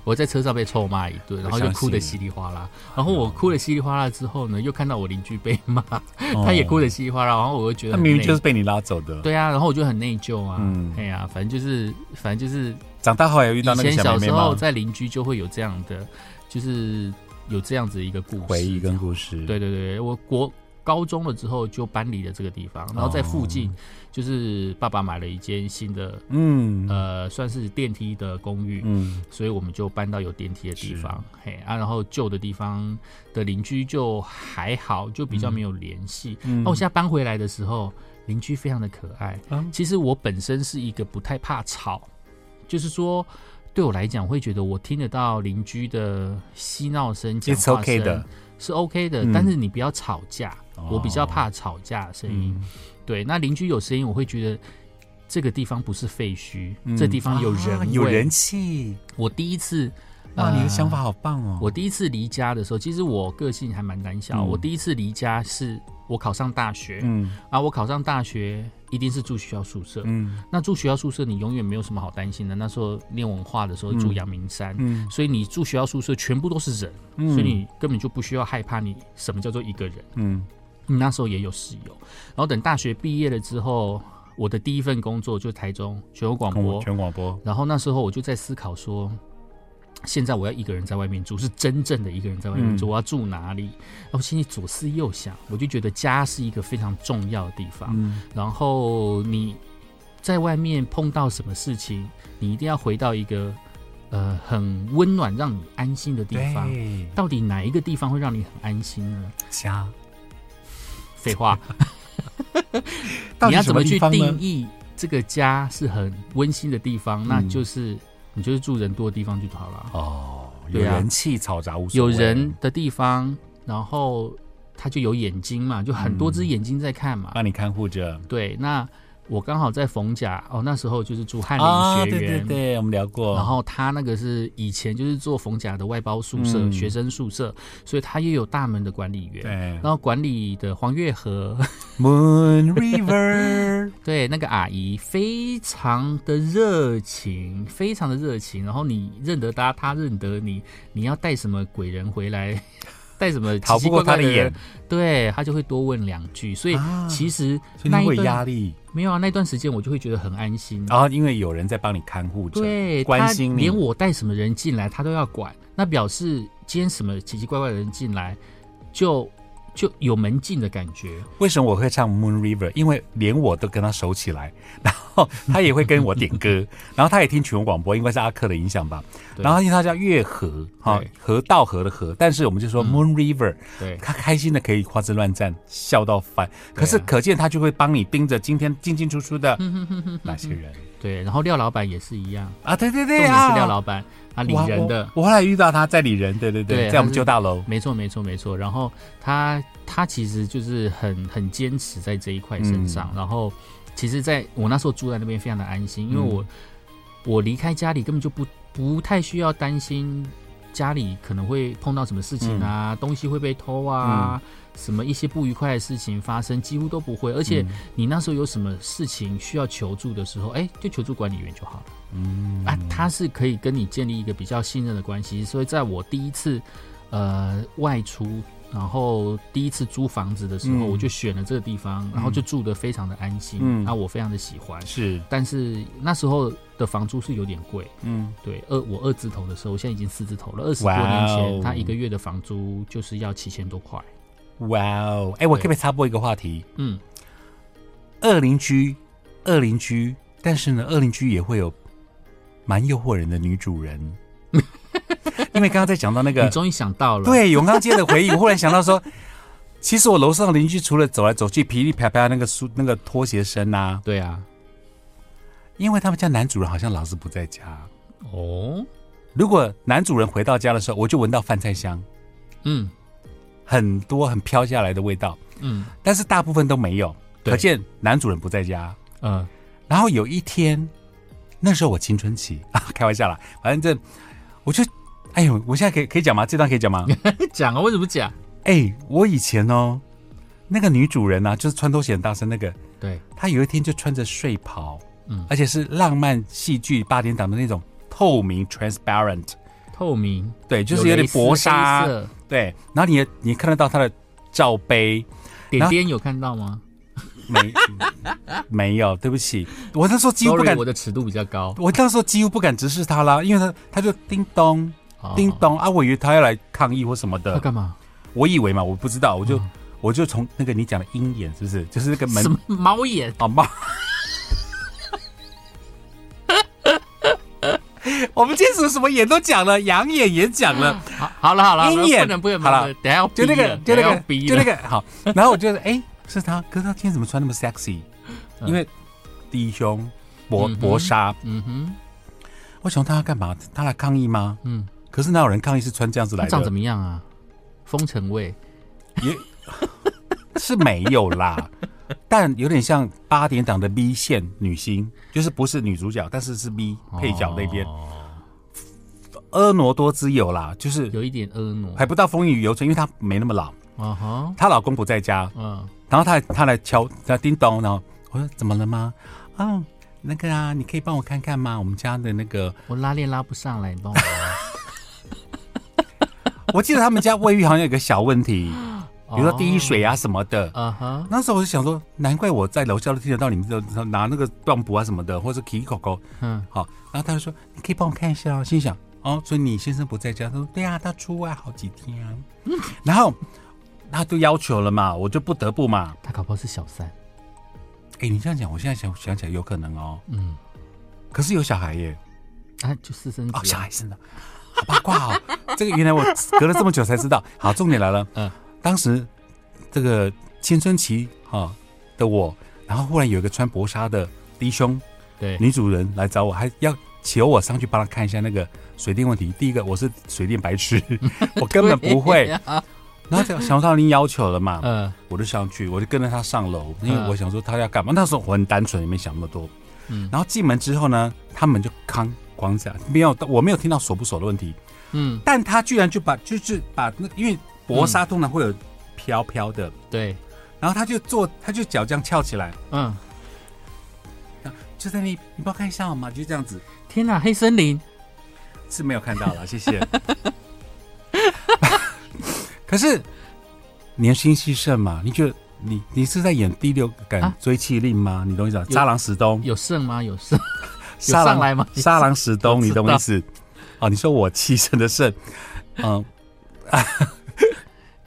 S1: 我在车上被臭骂一顿，然后就哭得稀里哗啦。然后
S2: 哦
S1: 我哭得稀里哗啦之后呢，又看到我邻居被骂，他也哭得稀里哗啦，然后我又觉得
S2: 哦他
S1: 很
S2: 明
S1: 内
S2: 明就是被你拉走的。，
S1: 对啊，然后我就很内疚啊，
S2: 嗯
S1: 哎呀、反正就是反正就是
S2: 长大后还有遇到
S1: 以
S2: 那个
S1: 前小时
S2: 妹妹
S1: 候
S2: 吗？
S1: 在邻居就会有这样的，就是有这样子一个故事
S2: 回忆跟故事。
S1: 对对对，我国高中了之后就搬离了这个地方，然后在附
S2: 哦
S1: 近就是爸爸买了一间新的。
S2: 嗯，
S1: 呃，算是电梯的公寓，
S2: 嗯
S1: 所以我们就搬到有电梯的地方，嘿啊，然后旧的地方的邻居就还好，就比较没有联系。那、
S2: 嗯
S1: 我现在搬回来的时候，邻居非常的可爱。
S2: 嗯
S1: 其实我本身是一个不太怕吵，就是说对我来讲，会觉得我听得到邻居的嬉闹声、讲
S2: It's
S1: 话
S2: okay
S1: 声
S2: 的
S1: 是 OK 的，
S2: 嗯
S1: 但是你不要吵架，
S2: 哦
S1: 我比较怕吵架的声音。
S2: 嗯
S1: 对，那邻居有声音，我会觉得。这个地方不是废墟，
S2: 嗯
S1: 这地方有人、
S2: 啊有人。气。
S1: 我第一次
S2: 哇，你的想法好棒哦！
S1: 我第一次离家的时候，其实我个性还蛮胆小。
S2: 嗯
S1: 我第一次离家是我考上大学、
S2: 嗯
S1: 啊，我考上大学一定是住学校宿舍。
S2: 嗯
S1: 那住学校宿舍，你永远没有什么好担心的。那时候念文化的时候
S2: 嗯
S1: 住阳明山。
S2: 嗯
S1: 所以你住学校宿舍全部都是人，
S2: 嗯
S1: 所以你根本就不需要害怕你什么叫做一个人。
S2: 嗯
S1: 你那时候也有室友，然后等大学毕业了之后，我的第一份工作就台中全国广
S2: 跟我
S1: 播，
S2: 全广播
S1: 然后那时候我就在思考说，现在我要一个人在外面住，是真正的一个人在外面住，
S2: 嗯
S1: 我要住哪里？然后心里左思右想，我就觉得家是一个非常重要的地方。
S2: 嗯
S1: 然后你在外面碰到什么事情，你一定要回到一个呃很温暖、让你安心的地方。
S2: 对
S1: 到底哪一个地方会让你很安心呢？
S2: 家
S1: 废话，
S2: (laughs) 到
S1: 你
S2: 底
S1: 要
S2: 什
S1: 怎么
S2: 地
S1: 去
S2: 方呢
S1: 定义这个家是很温馨的地方？
S2: 嗯
S1: 那就是你就是住人多的地方就好了。
S2: 哦，有
S1: 对啊
S2: 人气嘈杂无所
S1: 有
S2: 谓
S1: 人的地方，然后他就有眼睛嘛，就很多只眼睛在看嘛。
S2: 帮你看护着。
S1: 对，那我刚好在逢甲哦，那时候就是住翰
S2: 啊，
S1: 林
S2: 对
S1: 学
S2: 对
S1: 院，
S2: 对，我们聊过。
S1: 然后他那个是以前就是做逢甲的外包宿舍、
S2: 嗯
S1: 学生宿舍，所以他也有大门的管理员。
S2: 对
S1: 然后管理的黄月和
S2: Moon
S1: (laughs)
S2: River，
S1: 对那个阿姨非常的热情，非常的热情。然后你认得她，她认得你，你要带什么鬼人回来， (laughs) 带什么奇
S2: 逃
S1: 奇
S2: 不过
S1: 怪怪
S2: 他的
S1: 的人
S2: 眼，，
S1: 对她就会多问两句。所以
S2: 啊
S1: 其实
S2: 所以
S1: 那
S2: 你会
S1: 一
S2: 有
S1: 段、
S2: 压力。
S1: 没有啊，那段时间我就会觉得很安心。
S2: 然后因为有人在帮你看护着，
S1: 对，
S2: 哦关
S1: 他
S2: 心你，
S1: 连我带什么人进来，他都要管。那表示今天什么奇奇怪怪的人进来，就就有门禁的感觉。
S2: 为什么我会唱 Moon River？因为连我都跟他熟起来，然后他也会跟我点
S1: (laughs)
S2: 歌，然后他也听全国广播，应该是阿克的影响吧。
S1: 对
S2: 然后因为他叫月河哈
S1: 对，嗯
S2: 河道河的河，但是我们就说 Moon River，、
S1: 对
S2: 他开心的可以花枝乱颤，笑到翻。
S1: 啊
S2: 可是可见他就会帮你盯着今天进进出
S1: (laughs)
S2: 出的那些人
S1: 对，然后廖老板也是一样，
S2: 啊，对对
S1: 重
S2: 对
S1: 点
S2: 啊，
S1: 是廖老板啊，领
S2: 我
S1: 人的，
S2: 我。我后来遇到他在里人，对对对，
S1: 对
S2: 在我们
S1: 他是
S2: 旧大楼。
S1: 没错没错没错。然后他他其实就是很很坚持在这一块身上，然后其实在我那时候住在那边非常的安心，因为我、我离开家里根本就不不太需要担心家里可能会碰到什么事情啊，东西会被偷啊。什么一些不愉快的事情发生，几乎都不会。而
S2: 嗯
S1: 且你那时候有什么事情需要求助的时候，哎、就求助管理员就好了。
S2: 嗯
S1: 啊，他是可以跟你建立一个比较信任的关系，所以在我第一次呃外出，然后第一次租房子的时候，
S2: 嗯
S1: 我就选了这个地方，然后就住得非常的安心，
S2: 嗯
S1: 啊，我非常的喜欢。
S2: 是
S1: 但是那时候的房租是有点贵，
S2: 嗯
S1: 对二我二字头的时候，我现在已经四字头了，二十多
S2: 哇哦
S1: 年前，他一个月的房租就是要七千多块，
S2: 哇哦，哎，我可不可以插播一个话题？
S1: 嗯，
S2: 二邻居，二邻居，但是呢，二邻居也会有蛮诱惑人的女主人，
S1: (laughs)
S2: 因为刚刚在讲到那
S1: 你
S2: 个，
S1: 终于想到了，
S2: 对永康街的回忆，我忽然想到说， (laughs) 其实我楼上的邻居除了走来走去噼里啪啪那个书那个拖鞋声啊，
S1: 对啊，
S2: 因为他们家男主人好像老是不在家，
S1: 哦，
S2: 如果男主人回到家的时候，我就闻到饭菜香，
S1: 嗯
S2: 很多很飘下来的味道，
S1: 嗯
S2: 但是大部分都没有，
S1: 对
S2: 可见男主人不在家。
S1: 呃
S2: 然后有一天，那时候我青春期 (laughs) 啊，开玩笑啦，反正我就，哎呦，我现在可以可以讲吗？这段可以
S1: (laughs)
S2: 讲吗？
S1: 讲啊，为什么讲？
S2: 哎，我以前哦，那个女主人啊，就是穿拖鞋很大声那个，
S1: 对，
S2: 她有一天就穿着睡袍，
S1: 嗯
S2: 而且是浪漫戏剧八点档的那种透明 transparent，
S1: 透明
S2: 对，就是有点
S1: 蕾丝
S2: 薄纱
S1: 黑，色
S2: 对，然后你也你也看得到她的罩杯，
S1: 点点有看到吗 (laughs)
S2: 没没有，对不起，我那时候几乎不
S1: ？Sorry，
S2: 敢
S1: 我。的尺度比较高。
S2: 我那时候几乎不敢直视她啦，因为她她就叮咚
S1: 哦
S2: 叮，咚啊！我以为他要来抗议或什么
S1: 要 (laughs)
S2: 的，
S1: 干嘛？
S2: 我以为嘛，我不知道，我就、
S1: 嗯
S2: 我就从那个你讲的鹰眼是不是，就是那个门
S1: 什么猫眼？(laughs)
S2: 啊妈！我们今天什么什么眼都讲了，羊眼也讲了，
S1: 好，好了好了，
S2: 鹰眼
S1: 不能不能不
S2: 好了
S1: 能，等一下要逼
S2: 就
S1: 了
S2: 那个就
S1: 等一
S2: 那
S1: 下
S2: 个
S1: 要逼
S2: 就那
S1: 了
S2: 个好，然后我就哎、是他，可是他今天怎么穿那么 sexy？、
S1: 嗯
S2: 因为低胸薄
S1: 嗯哼
S2: 薄纱，
S1: 嗯哼，
S2: 我想他要干嘛？他来抗议吗？
S1: 嗯，
S2: 可是哪有人抗议是穿这样子
S1: 他
S2: 来
S1: 长
S2: 的
S1: 怎？么样啊？风尘味，
S2: 也是没有
S1: (laughs)
S2: 啦，但有点像八点档的 B 线女星，就是不是女主角，但是是 B (laughs) 配角那边，
S1: 哦
S2: 婀娜多姿有啦，就是
S1: 有一点婀娜。
S2: 还不到风雨犹存，因为她没那么老，
S1: 啊哈，
S2: 她老公不在家，
S1: 嗯，
S2: 然后她她来敲，她叮咚，然后我说怎么了吗？啊，那个啊，你可以帮我看看吗？我们家的那个，
S1: 我拉链拉不上来，你
S2: (laughs)
S1: 帮我拉。
S2: 我记得他们家卫浴好像有个小
S1: (laughs)
S2: 问题，比如说滴
S1: 哦，
S2: 水啊什么的，
S1: 啊哈，
S2: 那时候我就想说，难怪我在楼下都听得到你们这拿那个断布啊什么的，或者是 K 狗狗。
S1: 嗯，
S2: 好，然后他就说，你可以帮我看一下哦。心想，哦，所以你先生不在家。他说，对啊，他出外好几天啊。然后他就要求了嘛，我就不得不嘛。
S1: 他搞不好是小三，
S2: 哎，你这样讲，我现在想想起来有可能哦。
S1: 嗯，
S2: 可是有小孩耶，
S1: 啊，就私生
S2: 哦，
S1: 子
S2: 小
S1: 啊，
S2: 孩生的，好八卦哦。这个原来我隔了这么久才知道。好，重点来了，
S1: 嗯
S2: 嗯，当时这个青春期哈、的我，然后忽然有一个穿薄纱的低胸。
S1: 对，
S2: 女主人来找我，还要求我上去帮她
S1: (laughs)
S2: (laughs) 看一下那个水电问题。第一个，我是水电白痴，我根本不会
S1: 对。呀 (laughs)
S2: 然后想到您要求了嘛，
S1: 呃，
S2: 我就上去，我就跟着他上楼，因
S1: 嗯
S2: 为我想说他要干嘛。那时候我很单纯，也没想那么多。
S1: 嗯
S2: 然后进门之后呢，他们就康狂讲，没有，我没有听到锁不锁的问题，
S1: 嗯，
S2: 但他居然就把就是把那因为薄纱通常会有飘飘
S1: 嗯
S2: 的，
S1: 对，
S2: 然后他就做他就脚这样翘起来，
S1: 嗯，
S2: 就在那里，你帮我看一下好吗？就这样子
S1: 天哪，黑森林，
S2: 是没有看到了，谢谢。 (laughs) 可是年轻气盛嘛，你觉得你你是在演第六感
S1: 啊
S2: 追气令吗？你懂我意思？吗？
S1: 有
S2: 渣郎石东，
S1: 有剩吗？有剩， (laughs) 有
S2: 沙
S1: 上
S2: 狼
S1: 来吗？
S2: 沙狼石东，你懂我意思？哦，你说我气盛的盛，嗯，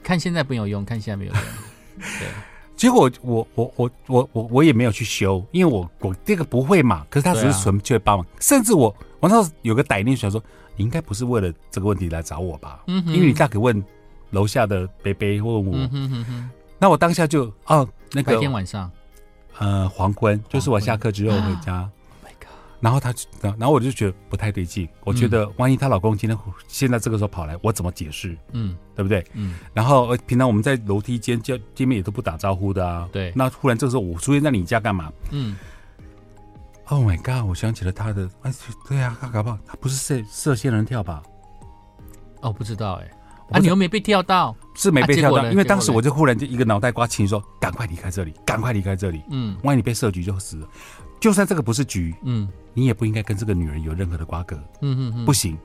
S1: 看现在没有用，看现在没有用。对，
S2: 结果我我我我我我也没有去修，因为我我这个不会嘛。可是他只
S1: 对
S2: 是
S1: 啊
S2: 纯粹帮忙，甚至我我那时候有个歹念想说，你应该不是为了这个问题来找我吧？
S1: 嗯哼
S2: 因为你大可问楼下的贝贝问我，
S1: 嗯哼哼哼，
S2: 那我当下就哦那
S1: 白
S2: 个
S1: 天晚上
S2: 呃黄昏，就是我
S1: 黄昏
S2: 下课之后回家，
S1: ，Oh my god，
S2: 然后他就然后我就觉得不太对劲，我觉得万一她老公今天现在这个时候跑来，我怎么解释，
S1: 嗯
S2: 对不对？
S1: 嗯，
S2: 然后呃平常我们在楼梯间见见面也都不打招呼的啊。
S1: 对
S2: 那突然这时候我出现在你家干嘛
S1: 嗯，
S2: ？Oh my god！我想起了他的，哎，对啊，他搞不好他不是射射仙人跳吧？
S1: 哦，不知道哎，
S2: 我
S1: 啊，
S2: 不知
S1: 你又没被跳到，
S2: 是没
S1: 啊
S2: 被
S1: 结
S2: 跳
S1: 果
S2: 到，
S1: 呢
S2: 因为
S1: 结
S2: 当
S1: 果
S2: 时
S1: 呢
S2: 我就忽然就一个脑袋瓜清说，赶快离开这里，赶快离开这里，
S1: 嗯
S2: 万一你被设局就死了。就算这个不是局，
S1: 嗯
S2: 你也不应该跟这个女人有任何的瓜葛，
S1: 嗯嗯嗯，
S2: 不行。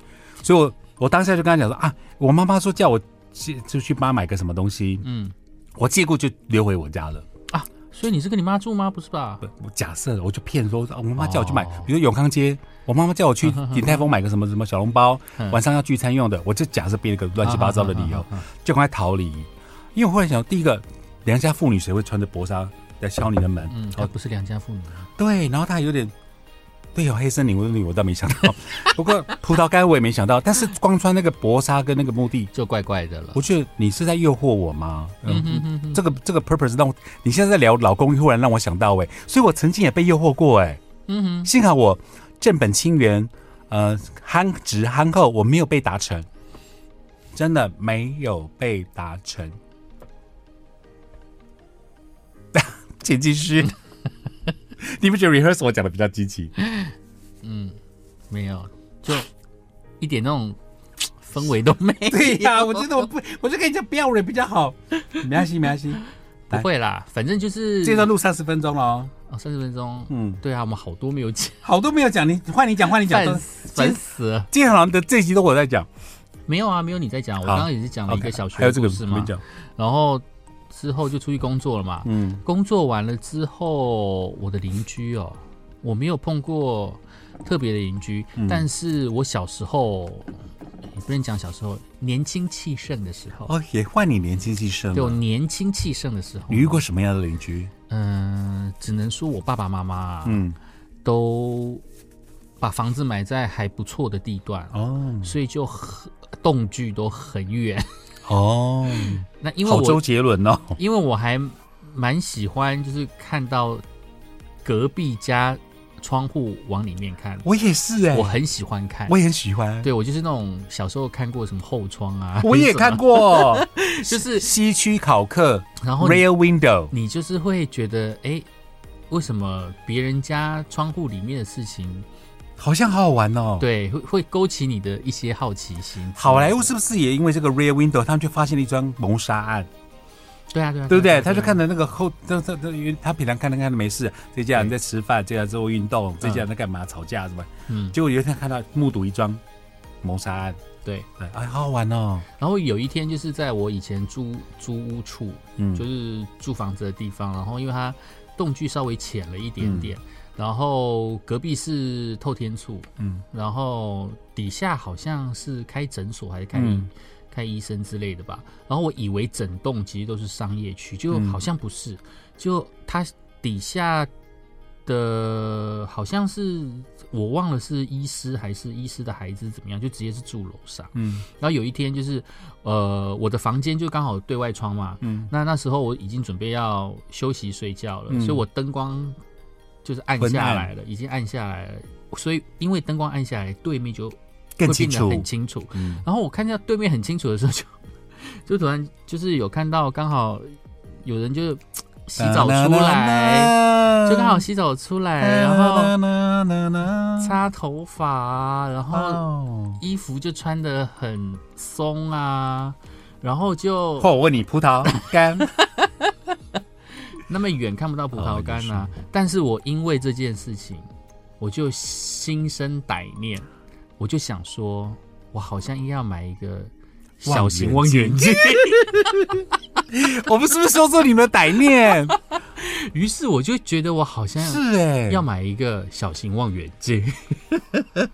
S2: 所以我我当下就跟他讲说啊，我妈妈说叫我借就去帮她买个什么东西，
S1: 嗯
S2: 我借故就溜回我家了。
S1: 啊，所以你是跟你妈住吗？不是吧？
S2: 不，我假设我就骗说，啊我妈妈叫我去买
S1: 哦，
S2: 比如永康街，我妈妈叫我
S1: (laughs)
S2: 去鼎泰丰买个什么什么小笼包，
S1: 嗯
S2: 晚上要聚餐用的，我就假设编一个乱七八糟的理由
S1: 啊，啊啊啊
S2: 就赶快逃离。因为我忽然想，第一个，良家妇女谁会穿着薄纱来敲你的门？
S1: 嗯，她
S2: 哦，
S1: 不是良家妇女啊，
S2: 对，然后她有点。对哦，黑森林，我我倒没想到。 (laughs) 不过葡萄干我也没想到，但是光穿那个薄纱跟那个目的，
S1: 就怪怪的了
S2: 我。觉得你是在诱惑我吗？
S1: 嗯
S2: 嗯
S1: 哼哼哼，
S2: 这个这个 purpose 让我，你现在在聊老公，忽然让我想到哎、所以我曾经也被诱惑过哎、
S1: 嗯哼，
S2: 幸好我正本清源，呃，憨直憨厚，我没有被达成，真的没有被达成。请继续。你不觉得 rehearsal 我讲的比较积极？
S1: 没有，就一点那种氛围都没有。
S2: (laughs) 对呀、我觉得我不，我就跟你讲不要 re 比较好。没关系，没关系，
S1: 不会啦，反正就是
S2: 这段录三十分钟了哦。
S1: 哦，三十分钟。
S2: 嗯，
S1: 对啊，我们好多没有讲，
S2: 好多没有讲，你换你讲，换你讲。
S1: 烦死烦死了。
S2: 今天好像的这一集都我在讲，
S1: 没有啊，没有你在讲，我
S2: 好
S1: 刚刚也是讲了一个小
S2: OK，
S1: 学
S2: 还有这个
S1: 是
S2: 没
S1: 吗？
S2: 讲。
S1: 然后之后就出去工作了嘛。
S2: 嗯，
S1: 工作完了之后，我的邻居哦，我没有碰过特别的邻居，
S2: 嗯
S1: 但是我小时候也不能讲小时候，年轻气盛的时候，
S2: 哦，也换你年轻气盛
S1: 对我
S2: 了。
S1: 年轻气盛的时候，
S2: 你遇过什么样的邻居？
S1: 嗯、只能说我爸爸妈妈
S2: 嗯，
S1: 都把房子买在还不错的地段，
S2: 哦
S1: 所以就很动距都很远。
S2: 哦，
S1: 那因为
S2: 好周
S1: 我
S2: 杰伦哦，
S1: 因为我还蛮喜欢，就是看到隔壁家窗户往里面看，
S2: (laughs) 我也是哎
S1: 我很喜欢看。
S2: 我也很喜欢，
S1: 对我就是那种小时候看过什么后窗啊，
S2: 我也看过，
S1: 就是
S2: 西区考克
S1: 然后你
S2: Rear Window，
S1: 你就是会觉得，哎，为什么别人家窗户里面的事情，
S2: 好像好好玩哦。，
S1: 对，会会勾起你的一些好奇心？
S2: 好莱坞是不是也因为这个 Rear Window，他们就发现了一桩谋杀案，
S1: 对啊，对啊，
S2: 对
S1: 啊
S2: 不对？
S1: 啊
S2: 他就
S1: 啊
S2: 看着那个后，他他他，因为他平常看着看着没事，这家人在吃饭，这家人在做运动，这家人在干嘛？吵架什么？
S1: 嗯，
S2: 结果有一天看到目睹一桩谋杀案，
S1: 对。
S2: 对，哎，好好玩哦。
S1: 然后有一天就是在我以前租租屋处，
S2: 嗯
S1: 就是租房子的地方，然后因为它动距稍微浅了一
S2: 嗯
S1: 点点，然后隔壁是透天处，
S2: 嗯
S1: 然后底下好像是开诊所还是开医、
S2: 嗯
S1: 开医生之类的吧。然后我以为整栋其实都是商业区，就
S2: 嗯
S1: 好像不是，就它底下的好像是我忘了是医师还是医师的孩子怎么样，就直接是住楼上。
S2: 嗯
S1: 然后有一天就是，呃，我的房间就刚好对外窗嘛，
S2: 嗯，
S1: 那那时候我已经准备要休息睡觉了，
S2: 嗯
S1: 所以我灯光就是暗
S2: 昏
S1: 下
S2: 暗
S1: 来了，已经暗下来了。所以因为灯光暗下来，对面就
S2: 更
S1: 会
S2: 清
S1: 变得
S2: 楚
S1: 很。清楚。
S2: 嗯
S1: 然后我看见对面很清楚的时候就，就就突然就是有看到刚好有人就洗澡出来，就刚好洗澡出来，然后
S2: 后
S1: 擦头发啊，然
S2: 哦
S1: 后衣服就穿的很松啊，然后就
S2: 或我问你，葡萄干
S1: 那么远看不到葡萄干呐、
S2: 哦
S1: 但是我因为这件事情，我就心生歹念，我就想说，我好像应该要买一个小型望远镜。
S2: (laughs) 我们是不是说中你们的歹 (laughs) 念？
S1: 于是我就觉得我好像
S2: 是哎，
S1: 要买一个小型望远镜。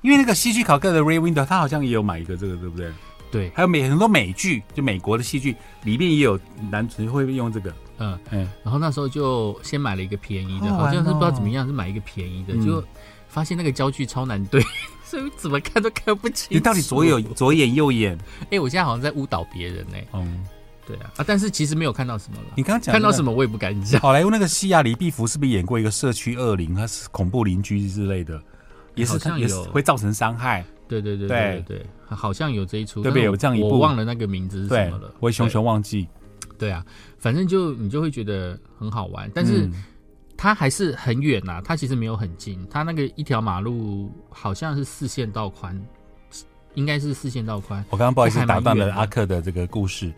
S2: 因为那个戏剧考克的 Ray Window，他好像也有买一个这个，对不对？
S1: 对，
S2: 还有美很多美剧，就美国的戏剧里面也有男主会用这个，
S1: 嗯、
S2: 嗯，
S1: 然后那时候就先买了一个便宜的，
S2: 好
S1: 好
S2: 玩哦
S1: 像是不知道怎么样是买一个便宜的，
S2: 嗯
S1: 就发现那个焦距超难对， (laughs) 所以怎么看都看不清楚。
S2: 你到底左眼左眼右眼？
S1: 哎、我现在好像在误导别人呢、
S2: 嗯，
S1: 对啊，啊，但是其实没有看到什么了。
S2: 你刚刚讲
S1: 看到什
S2: 么？
S1: 么我也不敢 (laughs) 讲。
S2: 好莱坞那个西亚李碧福是不是演过一个社区恶灵，他是恐怖邻居之类的，也是
S1: 哎好像
S2: 也是
S1: 有
S2: 会造成伤害。
S1: 对对对
S2: 对
S1: 对对，对好像有这一出，
S2: 对不
S1: 但
S2: 对
S1: 是
S2: 有这样一部
S1: 我忘了那个名字是什
S2: 对
S1: 么了。，
S2: 我也熊熊忘记。
S1: 对对啊，反正就你就会觉得很好玩，但是
S2: 嗯
S1: 它还是很远呐、它其实没有很近，它那个一条马路好像是四线道宽，应该是四线道宽。
S2: 我刚刚不好意思
S1: 还蛮
S2: 打断
S1: 远
S2: 了
S1: 的
S2: 阿克的这个故事。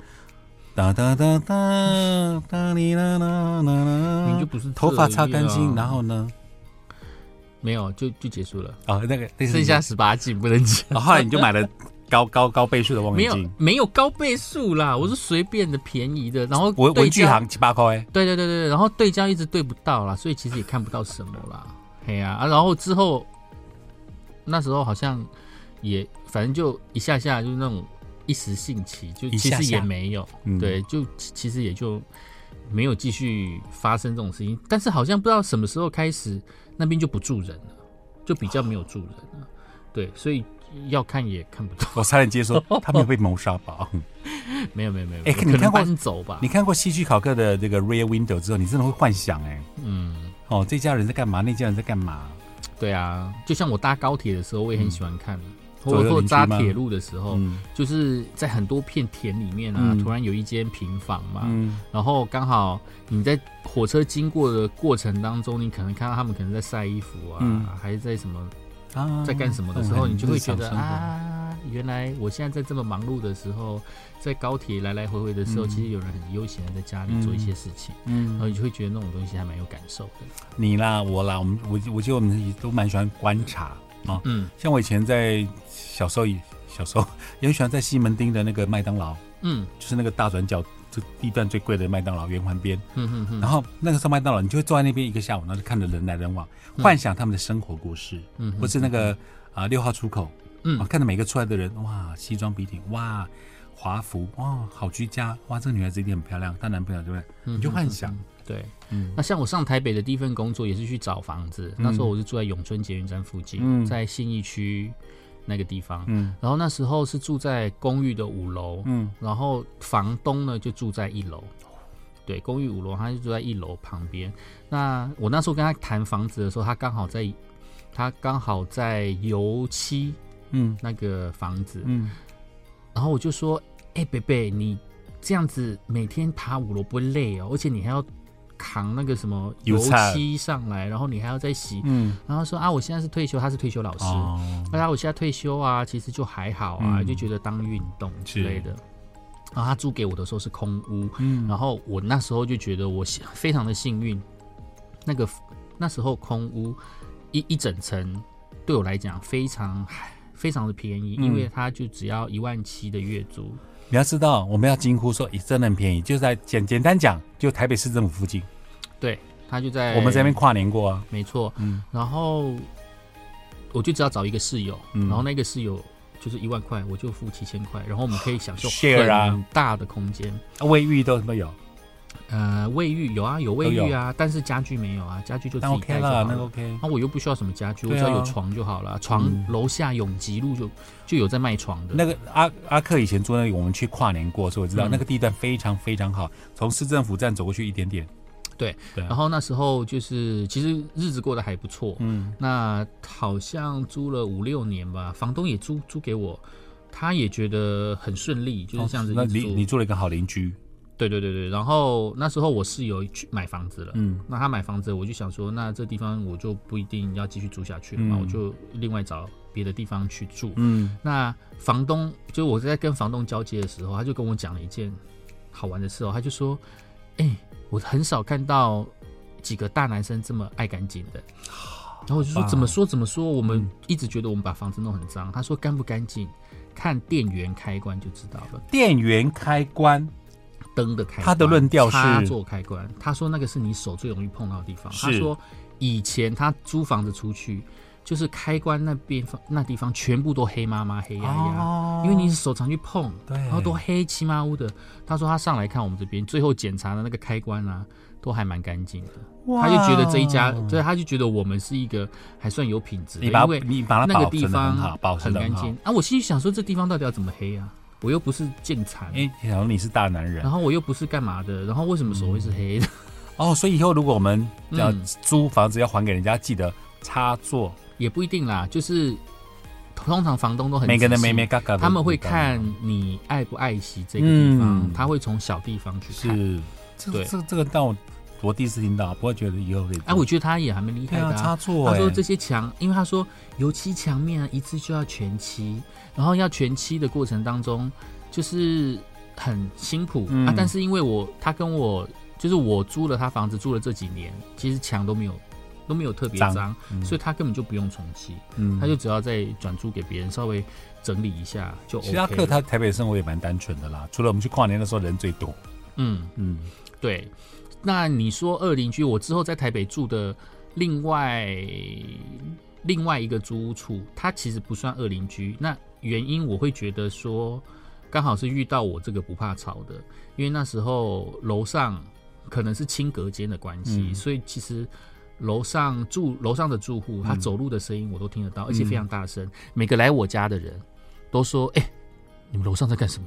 S2: 哒哒哒哒哒哩啦啦啦啦，
S1: 你就不是
S2: 头发擦干
S1: 这里
S2: 净，
S1: 啊
S2: 然后呢？
S1: 没有，就就结束了，
S2: 啊，那个那个
S1: 剩下十八禁不能讲。
S2: 然哦后后来你就买了高高高倍数的望
S1: 没
S2: 远
S1: 有
S2: 镜，
S1: 没有高倍数啦，我是随便的便宜的，然后
S2: 文
S1: 对
S2: 文具
S1: 焦
S2: 行七八块，
S1: 对对对对，对然后对焦一直对不到啦，所以其实也看不到什么啦。嘿呀、啊，然后之后那时候好像也反正就一下下就是那种一时兴起，就
S2: 一
S1: 其
S2: 下下
S1: 实也没有，
S2: 嗯
S1: 对，就其其实也就没有继续发生这种事情。但是好像不知道什么时候开始，那边就不住人了，就比较没有住人了。对，所以要看也看不到。 (laughs)
S2: 我差点接说他没有被谋杀吧？
S1: 没有没有没有，
S2: 哎
S1: 可
S2: 你
S1: 能
S2: 看过
S1: 搬走吧
S2: 你？看过戏剧考克的这个 Rear Window 之后，你真的会幻想哎、
S1: 嗯。
S2: 哦，这家人在干嘛？那家人在干嘛？
S1: 对啊，就像我搭高铁的时候，我也很喜欢看，
S2: 左
S1: 或
S2: 右
S1: 者或
S2: 邻居
S1: 搭
S2: 吗
S1: 铁路的时候，
S2: 嗯
S1: 就是在很多片田里面啊，
S2: 嗯
S1: 突然有一间平房嘛，
S2: 嗯，
S1: 然后刚好你在火车经过的过程当中，你可能看到他们可能在晒衣服啊，
S2: 嗯
S1: 还是在什么
S2: 啊
S1: 在干什么的时候，你就会觉得，
S2: 嗯很日常生活
S1: 啊，原来我现在在这么忙碌的时候，在高铁来来回回的时候，
S2: 嗯
S1: 其实有人很悠闲的在家里
S2: 嗯
S1: 做一些事情，然后
S2: 嗯，
S1: 你就会觉得那种东西还蛮有感受的。
S2: 你啦，我啦，我们我我觉得我们也都蛮喜欢观察。
S1: 嗯
S2: 像我以前在小时候也，小时候 (laughs) 也很喜欢在西门町的那个麦当劳，
S1: 嗯
S2: 就是那个大转角这地段最贵的麦当劳圆环边，
S1: 嗯嗯嗯
S2: 然后那个时候麦当劳，你就会坐在那边一个下午，然后就看着人来人往，幻想他们的生活故事，
S1: 嗯，
S2: 或是那个啊六、号出口，
S1: 嗯
S2: 啊看着每个出来的人，哇，西装笔挺，哇，华服，哇，好居家，哇，这个女孩子一定很漂亮，她男朋友对不对？
S1: 你
S2: 你就幻想，
S1: 嗯对，
S2: 嗯
S1: 那像我上台北的第一份工作也是去找房子，那时候我是住在永春捷运站附近，
S2: 嗯
S1: 在信义区那个地方，
S2: 嗯
S1: 然后那时候是住在公寓的五楼，
S2: 嗯
S1: 然后房东呢就住在一楼。对，公寓五楼，他就住在一楼旁边。那我那时候跟他谈房子的时候，他刚好在，他刚好在油漆
S2: 嗯
S1: 那个房子，
S2: 嗯，
S1: 然后我就说：“哎、贝贝，你这样子每天爬五楼不会累哦，而且你还要扛那个什么油
S2: 油菜
S1: 漆上来，然后你还要再洗。
S2: 嗯
S1: 然后说：“啊，我现在是退休，他是退休老师。
S2: 哦，
S1: 大家我现在退休啊，其实就还好啊，
S2: 嗯
S1: 就觉得当运动之类的。”然后他租给我的时候是空屋，
S2: 嗯
S1: 然后我那时候就觉得我幸非常的幸运，那个那时候空屋一一整层对我来讲非常非常的便宜，
S2: 嗯
S1: 因为它就只要一万七的月租，
S2: 你要知道，我们要惊呼说，也真的很便宜，就在简简单讲，就台北市政府附近，
S1: 对，它就在
S2: 我们在那边跨年过啊，
S1: 没错，
S2: 嗯
S1: 然后我就只要找一个室友，
S2: 嗯
S1: 然后那个室友。就是一万块，我就付七千块，然后我们可以享受
S2: (sighs) Share 啊
S1: 很大的空间。
S2: 卫浴都什么有，
S1: 呃，卫浴有啊，有卫浴啊，但是家具没有啊，家具就自
S2: 那
S1: 己
S2: OK
S1: 带就好
S2: 啦，
S1: 了
S2: 那 OK，
S1: 啊那、我又不需要什么家具，我
S2: 对
S1: 只
S2: 啊
S1: 要有床就好了。床
S2: 嗯
S1: 楼下永吉路就就有在卖床的。
S2: 那个阿阿克以前住那里，我们去跨年过，所以我知道、
S1: 嗯
S2: 那个地段非常非常好，从市政府站走过去一点点。
S1: 对，
S2: 对啊，
S1: 然后那时候就是其实日子过得还不错，
S2: 嗯
S1: 那好像租了五六年吧，房东也租租给我。他也觉得很顺利，就是这样子
S2: 哦那
S1: 一直
S2: 你
S1: 做。
S2: 你做了一个好邻居，
S1: 对对对对，然后那时候我室友去买房子了，
S2: 嗯，
S1: 那他买房子，我就想说，那这地方我就不一定要继续住下去了嘛，
S2: 嗯
S1: 我就另外找别的地方去住。
S2: 嗯，
S1: 那房东就我在跟房东交接的时候，他就跟我讲了一件好玩的事哦，他就说：“哎、我很少看到几个大男生这么爱干净的。”然后我就说
S2: 好棒哦：“
S1: 怎么说怎么说？我们一直觉得我们把房子弄很脏。”他说：“干不干净，看电源开关就知道了，
S2: 电源开关，
S1: 灯的开关。”
S2: 他的论调是
S1: 插座开关，他说那个是你手最容易碰到的地方。
S2: 是
S1: 他说以前他租房子出去，就是开关那边那地方全部都黑麻麻、黑压
S2: 哦
S1: 压。因为你手常去碰，
S2: 对
S1: 然后都黑漆麻乌的。他说他上来看我们这边，最后检查的那个开关啊，都还蛮干净的。他就觉得这一家，
S2: 哇
S1: 对，他就觉得我们是一个还算有品质的，
S2: 你把
S1: 因
S2: 它
S1: 为
S2: 你把它
S1: 那个
S2: 保
S1: 地
S2: 存的很好
S1: 方，
S2: 保存的
S1: 干
S2: 很好
S1: 净。。啊，我心里想说这地方到底要怎么黑啊？我又不是建材，
S2: 哎，然后你是大男人
S1: 然后我又不是干嘛的，然后为什么手会是黑的？
S2: 哦，所以以后如果我们要
S1: 嗯
S2: 租房子要还给人家，记得插座，
S1: 也不一定啦，就是通常房东都很
S2: 每个人的
S1: 仔细
S2: 妹妹嘎嘎，
S1: 他们会看你爱不爱惜这个地方，
S2: 嗯
S1: 他会从小地方去看。
S2: 是这
S1: 对
S2: 这这个让我我第一次听到，不会觉得以后可以
S1: 哎、我觉得他也还蛮厉害
S2: 对
S1: 的、
S2: 啊，插座
S1: 他
S2: 哎，
S1: 说这些墙，因为他说油漆墙面啊，一次就要全漆，然后要全漆的过程当中，就是很辛苦、
S2: 嗯
S1: 啊。但是因为我他跟我就是我租了他房子住了这几年，其实墙都没有都没有特别
S2: 脏
S1: 脏，
S2: 嗯
S1: 所以他根本就不用重漆，
S2: 嗯
S1: 他就只要再转租给别人稍微整理一下就 OK
S2: 其他
S1: 了。
S2: 客他台北生活也蛮单纯的啦，除了我们去跨年的时候人最多，
S1: 嗯
S2: 嗯，
S1: 对。那你说二邻居，我之后在台北住的另外另外一个租屋处，它其实不算二邻居。那原因我会觉得说，刚好是遇到我这个不怕吵的，因为那时候楼上可能是轻隔间的关系，
S2: 嗯
S1: 所以其实楼上住楼上的住户，他走路的声音我都听得到，而且非常大声。每个来我家的人都说：“哎、你们楼上在干什么？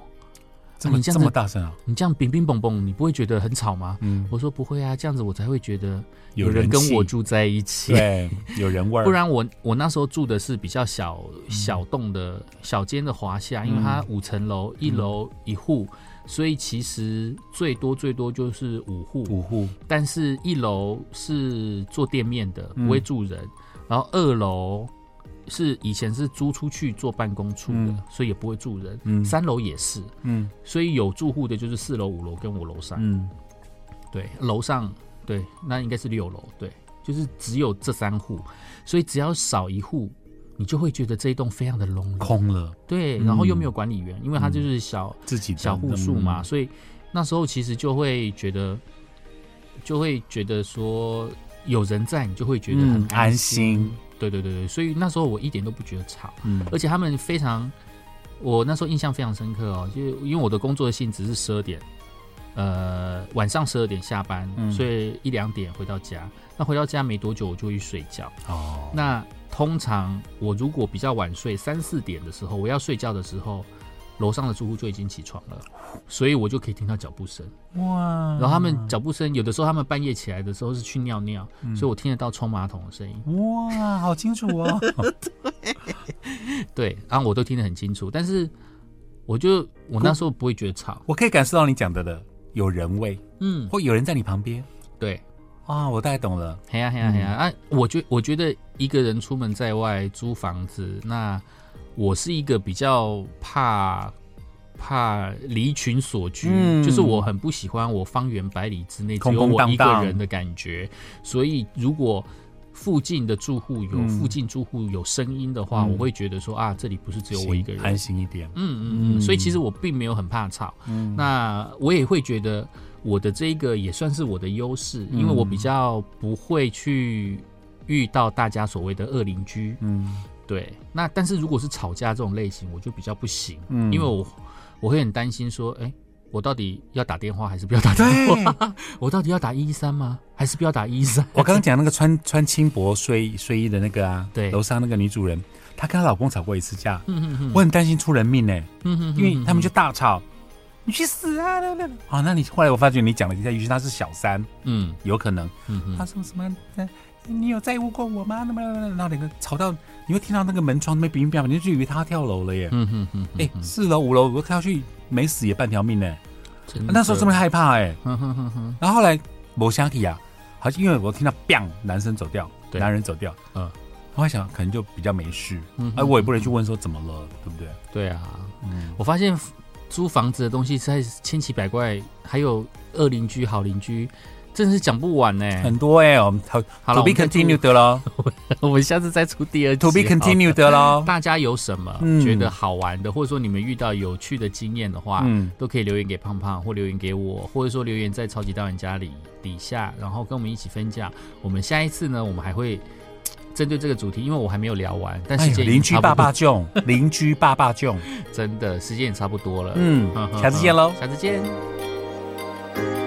S2: 这
S1: 哦
S2: 么
S1: 你这样
S2: 这
S1: 子
S2: 么大声啊，
S1: 你这样乒乒乓乓，你不会觉得很吵吗？”
S2: 嗯，
S1: 我说不会啊，这样子我才会觉得有
S2: 有
S1: 人跟
S2: 气
S1: 我住在一起。
S2: 对，有人味儿，
S1: 不然我我那时候住的是比较小
S2: 嗯
S1: 小栋的小间的华夏，因为它五层楼，一
S2: 嗯
S1: 楼一户，所以其实最多最多就是五户，
S2: 五户
S1: 但是一楼是做店面的，
S2: 嗯
S1: 不会住人，然后二楼。是以前是租出去做办公处的，
S2: 嗯
S1: 所以也不会住人。
S2: 嗯
S1: 三楼也是，
S2: 嗯
S1: 所以有住户的就是四楼、五楼跟我楼上。
S2: 嗯，
S1: 对，楼上对，那应该是六楼，对，就是只有这三户，所以只要少一户，你就会觉得这一栋非常的 lonely。
S2: 空了
S1: 对，然后又没有管理员，因为他就是小、
S2: 自己的
S1: 小户数嘛，
S2: 嗯
S1: 所以那时候其实就会觉得，就会觉得说有人在，你就会觉得很
S2: 嗯
S1: 安
S2: 安
S1: 心。
S2: 心
S1: 对对对对，所以那时候我一点都不觉得吵。
S2: 嗯
S1: 而且他们非常，我那时候印象非常深刻哦，就是因为我的工作的性质是十二点，呃，晚上十二点下班，
S2: 嗯
S1: 所以一两点回到家。那回到家没多久，我就会去睡觉。
S2: 哦，
S1: 那通常我如果比较晚睡，三四点的时候，我要睡觉的时候，楼上的住户就已经起床了，所以我就可以听到脚步声。
S2: 哇，
S1: 然后他
S2: 嗯
S1: 们脚步声，有的时候他们半夜起来的时候是去尿尿，所以我听得到冲马桶的声音。
S2: 哇，好清楚
S1: (laughs)
S2: 哦，
S1: 对，然、后我都听得很清楚，但是我就我那时候不会觉得吵，
S2: 我可以感受到你讲的了，有人味，
S1: 嗯，
S2: 或有人在你旁边
S1: 对，
S2: 啊，我大概懂了，
S1: 嘿呀嘿呀嘿呀啊！我觉我觉得一个人出门在外租房子，那我是一个比较怕怕离群所居，
S2: 嗯
S1: 就是我很不喜欢我方圆百里之内只
S2: 空
S1: 有
S2: 空
S1: 我一
S2: 荡
S1: 个
S2: 荡
S1: 人的感觉，所以如果。附近的住户有、
S2: 嗯
S1: 附近住户有声音的话，
S2: 嗯
S1: 我会觉得说啊，这里不是只有我一个人，
S2: 安心一点，
S1: 嗯嗯嗯，
S2: 嗯
S1: 所以其实我并没有很怕吵，
S2: 嗯，
S1: 那我也会觉得我的这一个也算是我的优势，因为我比较不会去遇到大家所谓的恶邻居。
S2: 嗯
S1: 对，那但是如果是吵架这种类型，我就比较不行，
S2: 嗯
S1: 因为我我会很担心说，哎、我到底要打电话还是不要打电 (laughs)
S2: 对，
S1: 话？我到底要打一一三吗？还是不要打一一三？
S2: 我刚刚讲那个穿穿轻薄睡睡衣的那个啊，
S1: 对
S2: 楼上那个女主人，她跟她老公吵过一次架，
S1: 嗯
S2: 我很担心出人命呢、
S1: 嗯
S2: 因为他们就大吵，你去死啊！哦，那你后来我发觉你讲了一下，也许他是小三，
S1: 嗯
S2: 有可能
S1: 嗯嗯
S2: 他说什么？呃你有在乎过我吗？那么，然后两个吵到，你会听到那个门窗那边乒乒乓乓，你就以为他跳楼了耶。
S1: 嗯哼哼，
S2: 哎、四楼五楼我跳下去没死也半条命呢、
S1: 真的
S2: 那时候这么，害怕哎、
S1: 嗯哼哼哼哼，
S2: 然后后来我想起啊，好像因为我听到 bang 男生走掉，
S1: 对
S2: 男人走掉，
S1: 嗯
S2: 我还想可能就比较没事，
S1: 嗯
S2: 哎、我也不能去问说怎么了，对不对？
S1: 对啊，
S2: 嗯，
S1: 我发现租房子的东西实在是千奇百怪，还有恶邻居、好邻居，真的是讲不完呢、
S2: 很多哎、我们好
S1: 好了
S2: to be
S1: 我们再出
S2: continue 的咯
S1: (laughs) 我们下次再出第二集。
S2: ，to be
S1: 好
S2: continue 的咯，
S1: 大家有什么
S2: 嗯
S1: 觉得好玩的，或者说你们遇到有趣的经验的话，
S2: 嗯，
S1: 都可以留言给胖胖，或留言给我，或者说留言在超级导演家里底下，然后跟我们一起分享。我们下一次呢，我们还会嘖针对这个主题，因为我还没有聊完，但
S2: 哎
S1: 时
S2: 呀，
S1: 间已
S2: 邻
S1: 经
S2: 居
S1: 差
S2: 爸
S1: 不多，
S2: 爸囧，邻居爸爸囧，
S1: 真的时间也差不多了。
S2: 嗯
S1: 呵呵，呵
S2: 下次见喽。
S1: 下次见。
S3: Thank